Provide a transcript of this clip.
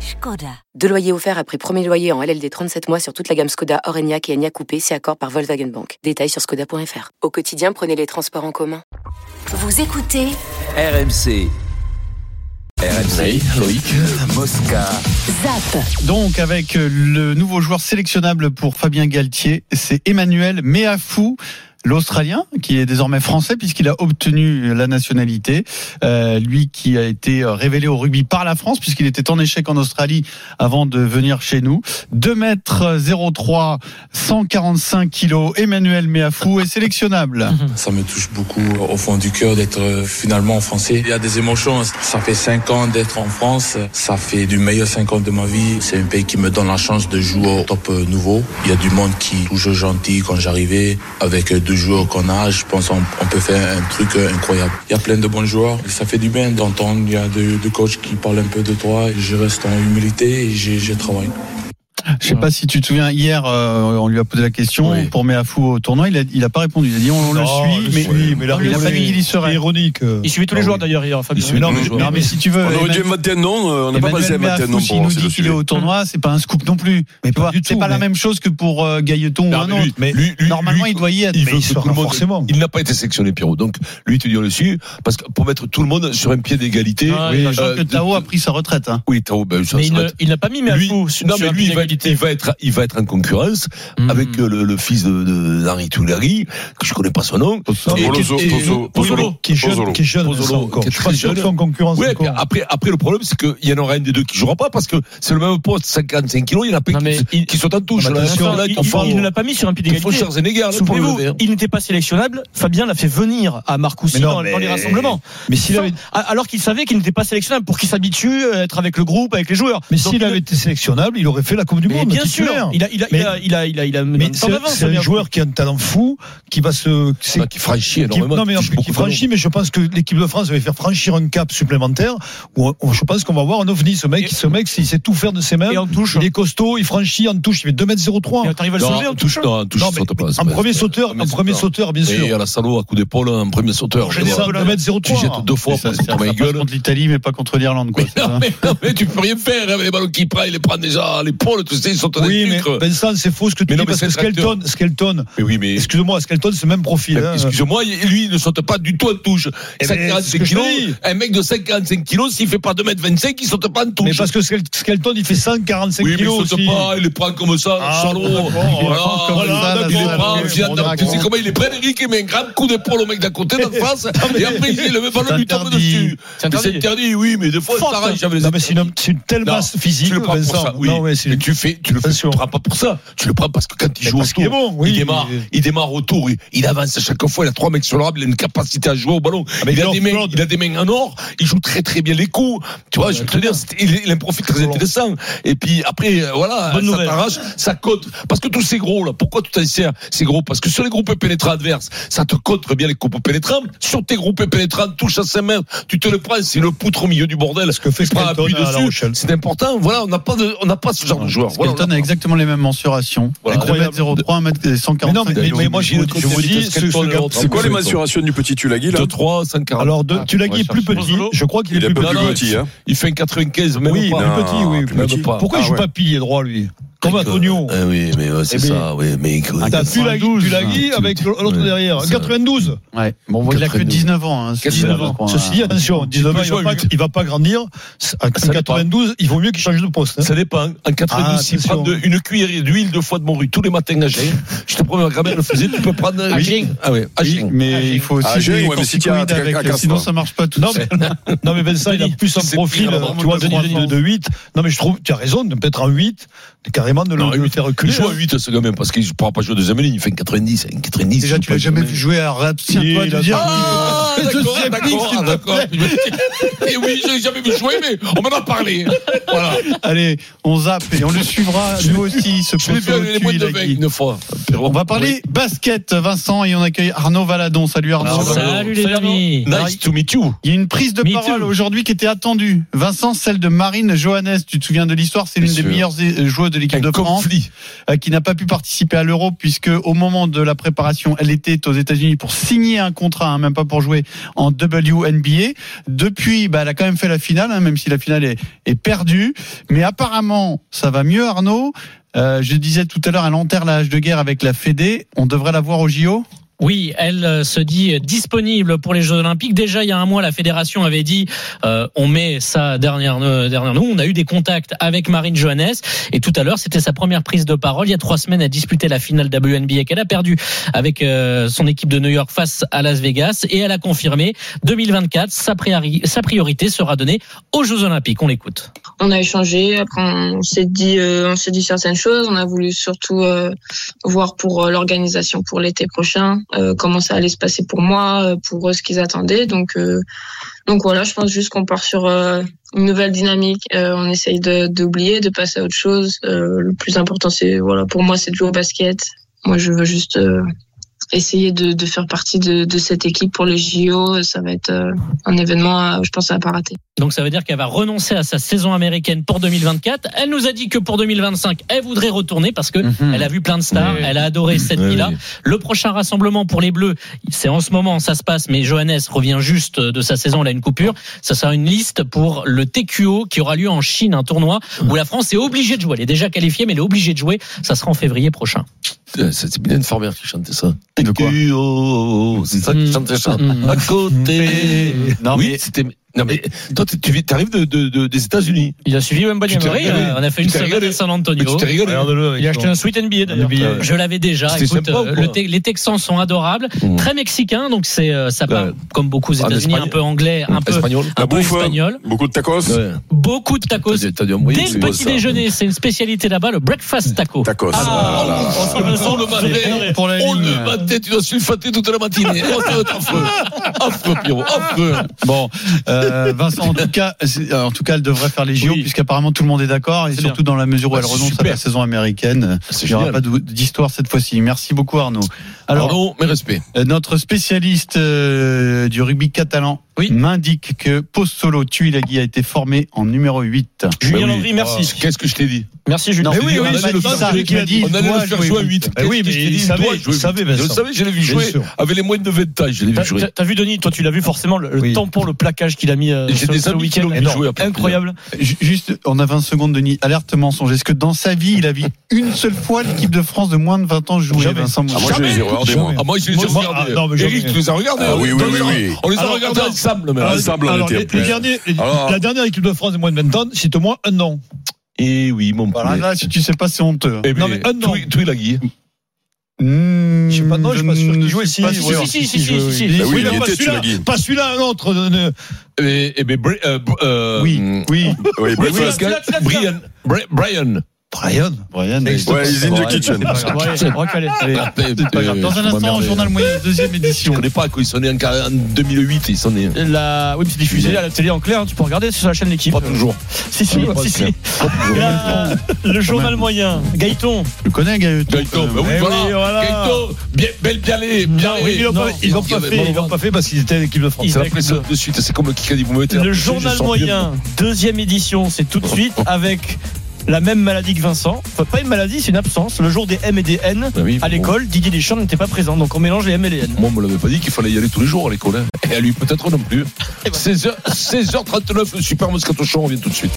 Skoda. Deux loyers offerts après premier loyer en LLD 37 mois sur toute la gamme Skoda, Orenia et Enya Coupé, c'est accord par Volkswagen Bank. Détails sur skoda.fr. Au quotidien, prenez les transports en commun. Vous écoutez RMC. RMC, Loïc, Mosca. Zap. Donc avec euh, le nouveau joueur sélectionnable pour Fabien Galtier, c'est Emmanuel Meafou. L'Australien, qui est désormais français puisqu'il a obtenu la nationalité, euh, lui qui a été euh, révélé au rugby par la France puisqu'il était en échec en Australie avant de venir chez nous. 2 mètres 03, 145 kilos, Emmanuel Meafou est sélectionnable. Ça me touche beaucoup euh, au fond du cœur d'être euh, finalement français. Il y a des émotions. hein. Ça fait 5 ans d'être en France. Ça fait du meilleur 5 ans de ma vie. C'est un pays qui me donne la chance de jouer au top nouveau. Il y a du monde qui toujours gentil quand j'arrivais avec euh, deux joueurs qu'on a, je pense on, on, peut faire un truc euh, incroyable. Il y a plein de bons joueurs. Ça fait du bien d'entendre. Il y a des de coachs qui parlent un peu de toi. Je reste en humilité et je travaille. Je sais pas si tu te souviens, hier, euh, on lui a posé la question oui. pour Méafou au tournoi. Il a, il a pas répondu. Il a dit on, on le suit, mais, oui, mais là, il euh. a pas dit qu'il y serait. ironique. Il suivait Ah tous les joueurs d'ailleurs hier, Fabien. Non, mais, non, mais si tu veux. On aurait dû maintenant, euh, on n'a pas passé maintenant. Si il nous dit qu'il est au tournoi, c'est pas un scoop non plus. Mais c'est pas la même chose que pour euh, Gailleton ou Bah, un autre. Mais normalement, il doit y être. forcément. Il n'a pas été sélectionné, Pierrot. Donc, lui, tu dis on le suit, parce que pour mettre tout le monde sur un pied d'égalité. Ah, euh, Sachant que Tao a pris sa retraite. hein. Oui, Tao, ben, Mais il n'a pas mis Méafou sur un il va être, il va être en concurrence Hmm. mmh. avec euh, le, le, fils de, de Larry Toulari, que je connais pas son nom, et, qui est jeune, qui est jeune, qui est très jeune. En concurrence ouais, après, après le problème, c'est qu'il y en aura un des deux qui jouera pas parce que c'est le même poste, 55 kilos, il y en a pas qui, qui sont en Ah, touche. bah, Là, là, Mmh. il, il, euh, il ne l'a pas mis sur un pied d'égalité. Souvenez-vous, il n'était pas sélectionnable. Fabien l'a fait venir à Marcoussis dans, les rassemblements. Mais alors qu'il savait qu'il n'était pas sélectionnable pour qu'il s'habitue à être avec le groupe, avec les joueurs. Mais s'il avait été sélectionnable, il aurait fait la Coupe du mais Monde. Bien sûr, il a, il a, mais, il a, il a, il a, mais hein, c'est un joueur qui a un talent fou, qui va se, bah, qui franchit énormément. Qui, non mais qui, qui franchit, mais je pense que l'équipe de France va faire franchir un cap supplémentaire. Où, où je pense qu'on va voir un ovni, ce mec, et, ce mec, il sait tout faire de ses mains. Et en touche, il est costaud, il franchit en touche, il fait 2m03. T'arrives à le sauver en touche Non, en touche, non, mais, pas, en premier sauteur, en premier sauteur, bien sûr. Et à la salaud à coup d'épaule, en premier sauteur. Je 2m03. Tu jettes deux fois parce que tu ma gueule. Contre l'Italie, mais pas contre l'Irlande, quoi. Mais tu peux rien faire avec les ballons qu'il prend, il les prend déjà les Paul, tout ça, ils sont oui, mais ben, Vincent, c'est faux ce que tu mais dis non, parce que Skelton, Skelton, mais oui, mais... excuse-moi, Skelton, c'est le même profil. Hein. Excuse-moi, lui, il ne saute pas du tout en touche. Eh ben, 55 kilos, un mec de 55 kilos, s'il fait pas 2m25, il saute pas en touche. Mais parce que Skelton, il fait 145 oui, kilos. Oui, mais il saute aussi. pas, il les prend comme ça, ah, salaud. Voilà, il les prend, tu sais comment il les prend, Eric, il met un grand coup d'épaule au mec d'à côté, d'en face, et après, il le même ballon lui tombe dessus. C'est interdit, oui, mais des fois, j'avais les C'est une telle masse physique, mais tu fais, tu le fais, tu le prends pas pour ça. Tu le prends parce que quand il joue autour, il, bon, oui, il démarre, il, il démarre autour, il, il, avance à chaque fois. Il a trois mecs sur l'arbre, il a une capacité à jouer au ballon. Mais il, a des mains, il a des mains en or. Il joue très très bien les coups. Tu vois, ouais, je veux te dire, il, a un profil très intéressant. Et puis après, euh, voilà, Bonne ça t'arrache, ça cote. Parce que tous ces gros là, pourquoi tu t'en sers ces gros Parce que sur les groupes pénétrants adverses, ça te contre bien les coups pénétrants. Sur tes groupes pénétrants, touche à 5 mètres, tu te le prends, c'est le poutre au milieu du bordel. Ce que fait C'est important. Voilà, on n'a pas de, on n'a pas ce genre de joueur. Skelton voilà, a exactement les mêmes mensurations. Voilà. Incroyable. 03, 145. Mais non, mais, mais, mais moi, je, je vous dis, c'est ce quoi les mensurations du petit Tulagi là 2, 3, 5, Alors, de, ah, Tulagi est plus petit. Je crois qu'il est, plus, petit. Hein. Il fait un 95, même oui, pas. Non, petit, oui, plus petit. Pas. Eh Pourquoi il joue pas pilier droit, lui euh, comme Ah Antonio. Ah oui, mais c'est ça, oui, Ah, mais T'as Tulagi avec l'autre derrière. 92. Ouais. Bon, il a que 19 hein, ans, Ceci dit, attention, 19 ans, il va pas grandir. En 92, il vaut mieux qu'il change de poste. hein. Ça dépend. En 92, s'il Ah, prend une cuillerée d'huile de foie de morue tous les matins à je te promets, ma grand-mère le faisait, tu peux prendre. À Ah oui, à Mais il Ah, faut aussi. Sinon, ça marche pas tout seul. Non, mais Vincent, il a plus un profil, tu vois, de 8. Non, mais je trouve, tu as raison, peut-être un 8, carrément carrément de le, Non, de le faire Il reculer. hein. joue à 8 ce gamin parce qu'il ne pourra pas jouer en deuxième ligne. Il fait un 90. Un 90 Déjà, tu l'as jamais vu jouer à Raps. Tiens-toi de dire. Ah, Je d'accord, sais plus, s'il d'accord, te d'accord. Et oui, j'ai jamais vu jouer, mais on m'en a parlé. Voilà. Allez, on zappe et on le suivra, nous aussi, ce Je l'ai vu poteau avec les au boîtes de Tuilagi. vin une fois. On va parler basket, Vincent, et on accueille Arnaud Valadon. Salut Ah, Arnaud. Arnaud. Ah, Salut les Salut, amis. Arnaud. Nice to meet you. Il y a une prise de Me parole too. aujourd'hui qui était attendue. Vincent, celle de Marine Johannes, tu te souviens de l'histoire, c'est Bien l'une des sûr. meilleures euh, joueuses de l'équipe Un de France conflit. euh, qui n'a pas pu participer à l'Euro puisque au moment de la préparation, elle était aux États-Unis pour signer un contrat, hein, même pas pour jouer en WNBA. Depuis, bah, elle a quand même fait la finale, hein, même si la finale est, est perdue. Mais apparemment, ça va mieux, Arnaud. Euh, je disais tout à l'heure, elle enterre la hache de guerre avec la Fédé. On devrait la voir au JO. Oui, elle euh, se dit disponible pour les Jeux Olympiques. Déjà, il y a un mois, la fédération avait dit euh, on met ça dernière euh, dernière nous. On a eu des contacts avec Marine Johannes et tout à l'heure, c'était sa première prise de parole. Il y a trois semaines, elle disputait la finale WNBA qu'elle a perdue avec euh, son équipe de New York face à Las Vegas et elle a confirmé 2024, sa, priori- sa priorité sera donnée aux Jeux Olympiques. On l'écoute. on a échangé. Après, on s'est dit, euh, on s'est dit certaines choses. On a voulu surtout euh, voir pour euh, l'organisation pour l'été prochain, euh, comment ça allait se passer pour moi, euh, pour eux, ce qu'ils attendaient. Donc, euh, donc voilà, je pense juste qu'on part sur euh, une nouvelle dynamique. Euh, on essaye de- d'oublier, de, passer à autre chose. Euh, le plus important, c'est voilà, pour moi, c'est de jouer au basket. Moi, je veux juste euh, essayer de, de faire partie de, de cette équipe pour les JO. Ça va être euh, un événement, à- je pense, à pas rater. Donc ça veut dire qu'elle va renoncer à sa saison américaine pour 2024. Elle nous a dit que pour 2025, elle voudrait retourner parce que Mhm. elle a vu plein de stars, elle a adoré cette Mmh. Oui, nuit-là. oui. Le prochain rassemblement pour les Bleus, c'est en ce moment, ça se passe, mais Johannes revient juste de sa saison, elle a une coupure. Ça sera une liste pour le TQO qui aura lieu en Chine, un tournoi où la France est obligée de jouer. Elle est déjà qualifiée, mais elle est obligée de jouer. Ça sera en février prochain. Putain, Euh, C'est Mylène Farmer qui chantait ça. De quoi Tuo, C'est ça qui chantait ça. Mm. À côté. Non, oui, mais- c'était. Non, mais toi, tu- tu arrives de, de- de- des États-Unis. Il a suivi Wemba Tu t'es Diamari, régalé. on a fait Tu une t'es semaine régalé. à San Mais Antonio. tu t'es régalé. Il a acheté un sweet NBA d'ailleurs. billet. Je l'avais déjà. C'était Écoute, sympa ou euh, quoi le Te- les Texans sont adorables, Mmh. très mexicains, donc c'est euh, ça Ouais. parle comme beaucoup aux Ah, États-Unis, d'Espagne. un peu anglais, un peu, espagnol. un peu espagnol. Beaucoup de tacos. Ouais. Beaucoup de tacos. T'as dû- t'as dû envoyer Dès du- le petit ça. Hmm. déjeuner, c'est une spécialité là-bas, le breakfast taco. Tacos. Ah, on le sent le matin. Pour la On ligne. le matin, tu dois sulfater toute la matinée. Oh, ça va être affreux. Affreux, Pierrot, affreux. Bon, euh, Vincent, en tout cas, c'est- en tout cas, elle devrait faire les JO Oui. puisqu'apparemment tout le monde est d'accord et C'est surtout dans la mesure où Ah, elle c'est renonce à super. la saison américaine. C'est Il n'y aura génial. pas d'ou- d'histoire cette fois-ci. Merci beaucoup Arnaud. Alors, Pardon, mes respects. euh, notre spécialiste euh, du rugby catalan Oui. m'indique que Postolo Tuilagi a été formé en numéro 8. Julien Bah oui. Landry, merci. Ah, Qu'est-ce que je t'ai dit Merci Julien. Non, mais oui, oui, on bah, allait le c'est faire ça, jouer. qui a dit, On allait doit le faire jouer jouer à au 8. huit. Qu'est-ce oui, que mais je t'ai il dit savait, Doit jouer il au savait, huit. Vincent. Je le savais, je l'ai vu Bien jouer sûr. avec les moins de 20 ans. Je l'ai T'as- vu jouer. t'as- T'as vu Denis, toi tu l'as vu forcément le, le Oui. temps pour le plaquage qu'il a mis euh, Et j'ai ce, des ce amis qui week-end. l'ont vu Énorme. jouer après. Incroyable. Ju- Juste, on a 20 secondes Denis, alerte mensonge. Est-ce que dans sa vie, il a vu une seule fois l'équipe de France de moins de 20 ans jouer Jamais. Vincent Ah, moi, Moussa je les ai regardés, moi. Ah, moi, je les ai Moi, moi, regardés. ah, non, mais j'en ai- Eric, tu les as regardés. Ah, oui, hein. oui, On les a- oui, oui. On les a Alors, regardés attends. ensemble, même. Ensemble, on alors, était les- plein. les derniers- les- Alors- la dernière équipe de France de moins de 20 ans, c'est au moins un an. Eh oui, mon Voilà, poulet. là, si tu sais pas, c'est honteux. Eh Non, bien, mais un an. Tui- Tuilagi. Mmh, Je sais pas, non, je suis pas sûr qu'il jouait, si, si, ouais. si, si, si, si, si, Bah oui, Oui, il mais y pas était, celui-là. Tulagi. Pas celui-là, un autre. ne- ne- Eh eh ben, Bri- euh, b- euh, Oui, oui. Oui, breakfast. tu l'as, tu l'as, tu l'as. Brian. Bri- Brian. Brian. Brian. bah, Ouais, Ouais, he's in the kitchen. Ouais, recalé. Allez, Ah, ben, c'est pas grave. euh, Dans un je instant, m'emmerde. journal moyen, deuxième édition. Je connais pas quand ils sont nés en quar- en 2008, ils sont nés. La... Oui, mais c'est diffusé à la télé en clair, hein, tu peux regarder sur la chaîne L'équipe. Pas toujours. Si, si, Pas si, si. clair. Pas toujours. La- Le journal moyen, Gaëton. Tu connais Gaëtan Gaëtan, bah oui, Eh voilà. oui, Gaëtan, bien, belle bien allée, bien allée. ils l'ont pas- Ils l'ont pas Non, fait, ils l'ont pas fait parce qu'ils étaient l'équipe de France. C'est la pression de suite, c'est comme le Kikadi, vous me mettez. la Le pression, je journal sens bien. moyen, deuxième édition, c'est tout de suite avec la même maladie que Vincent. Enfin, pas une maladie, c'est une absence. Le jour des M et des N. Bah oui, À bon. l'école, Didier Deschamps n'était pas présent, donc on mélange les M et les N. Moi, on me l'avait pas dit qu'il fallait y aller tous les jours à l'école. hein. Et à lui, peut-être non plus. 16h, 16h39, le super Moscato Show, on revient tout de suite.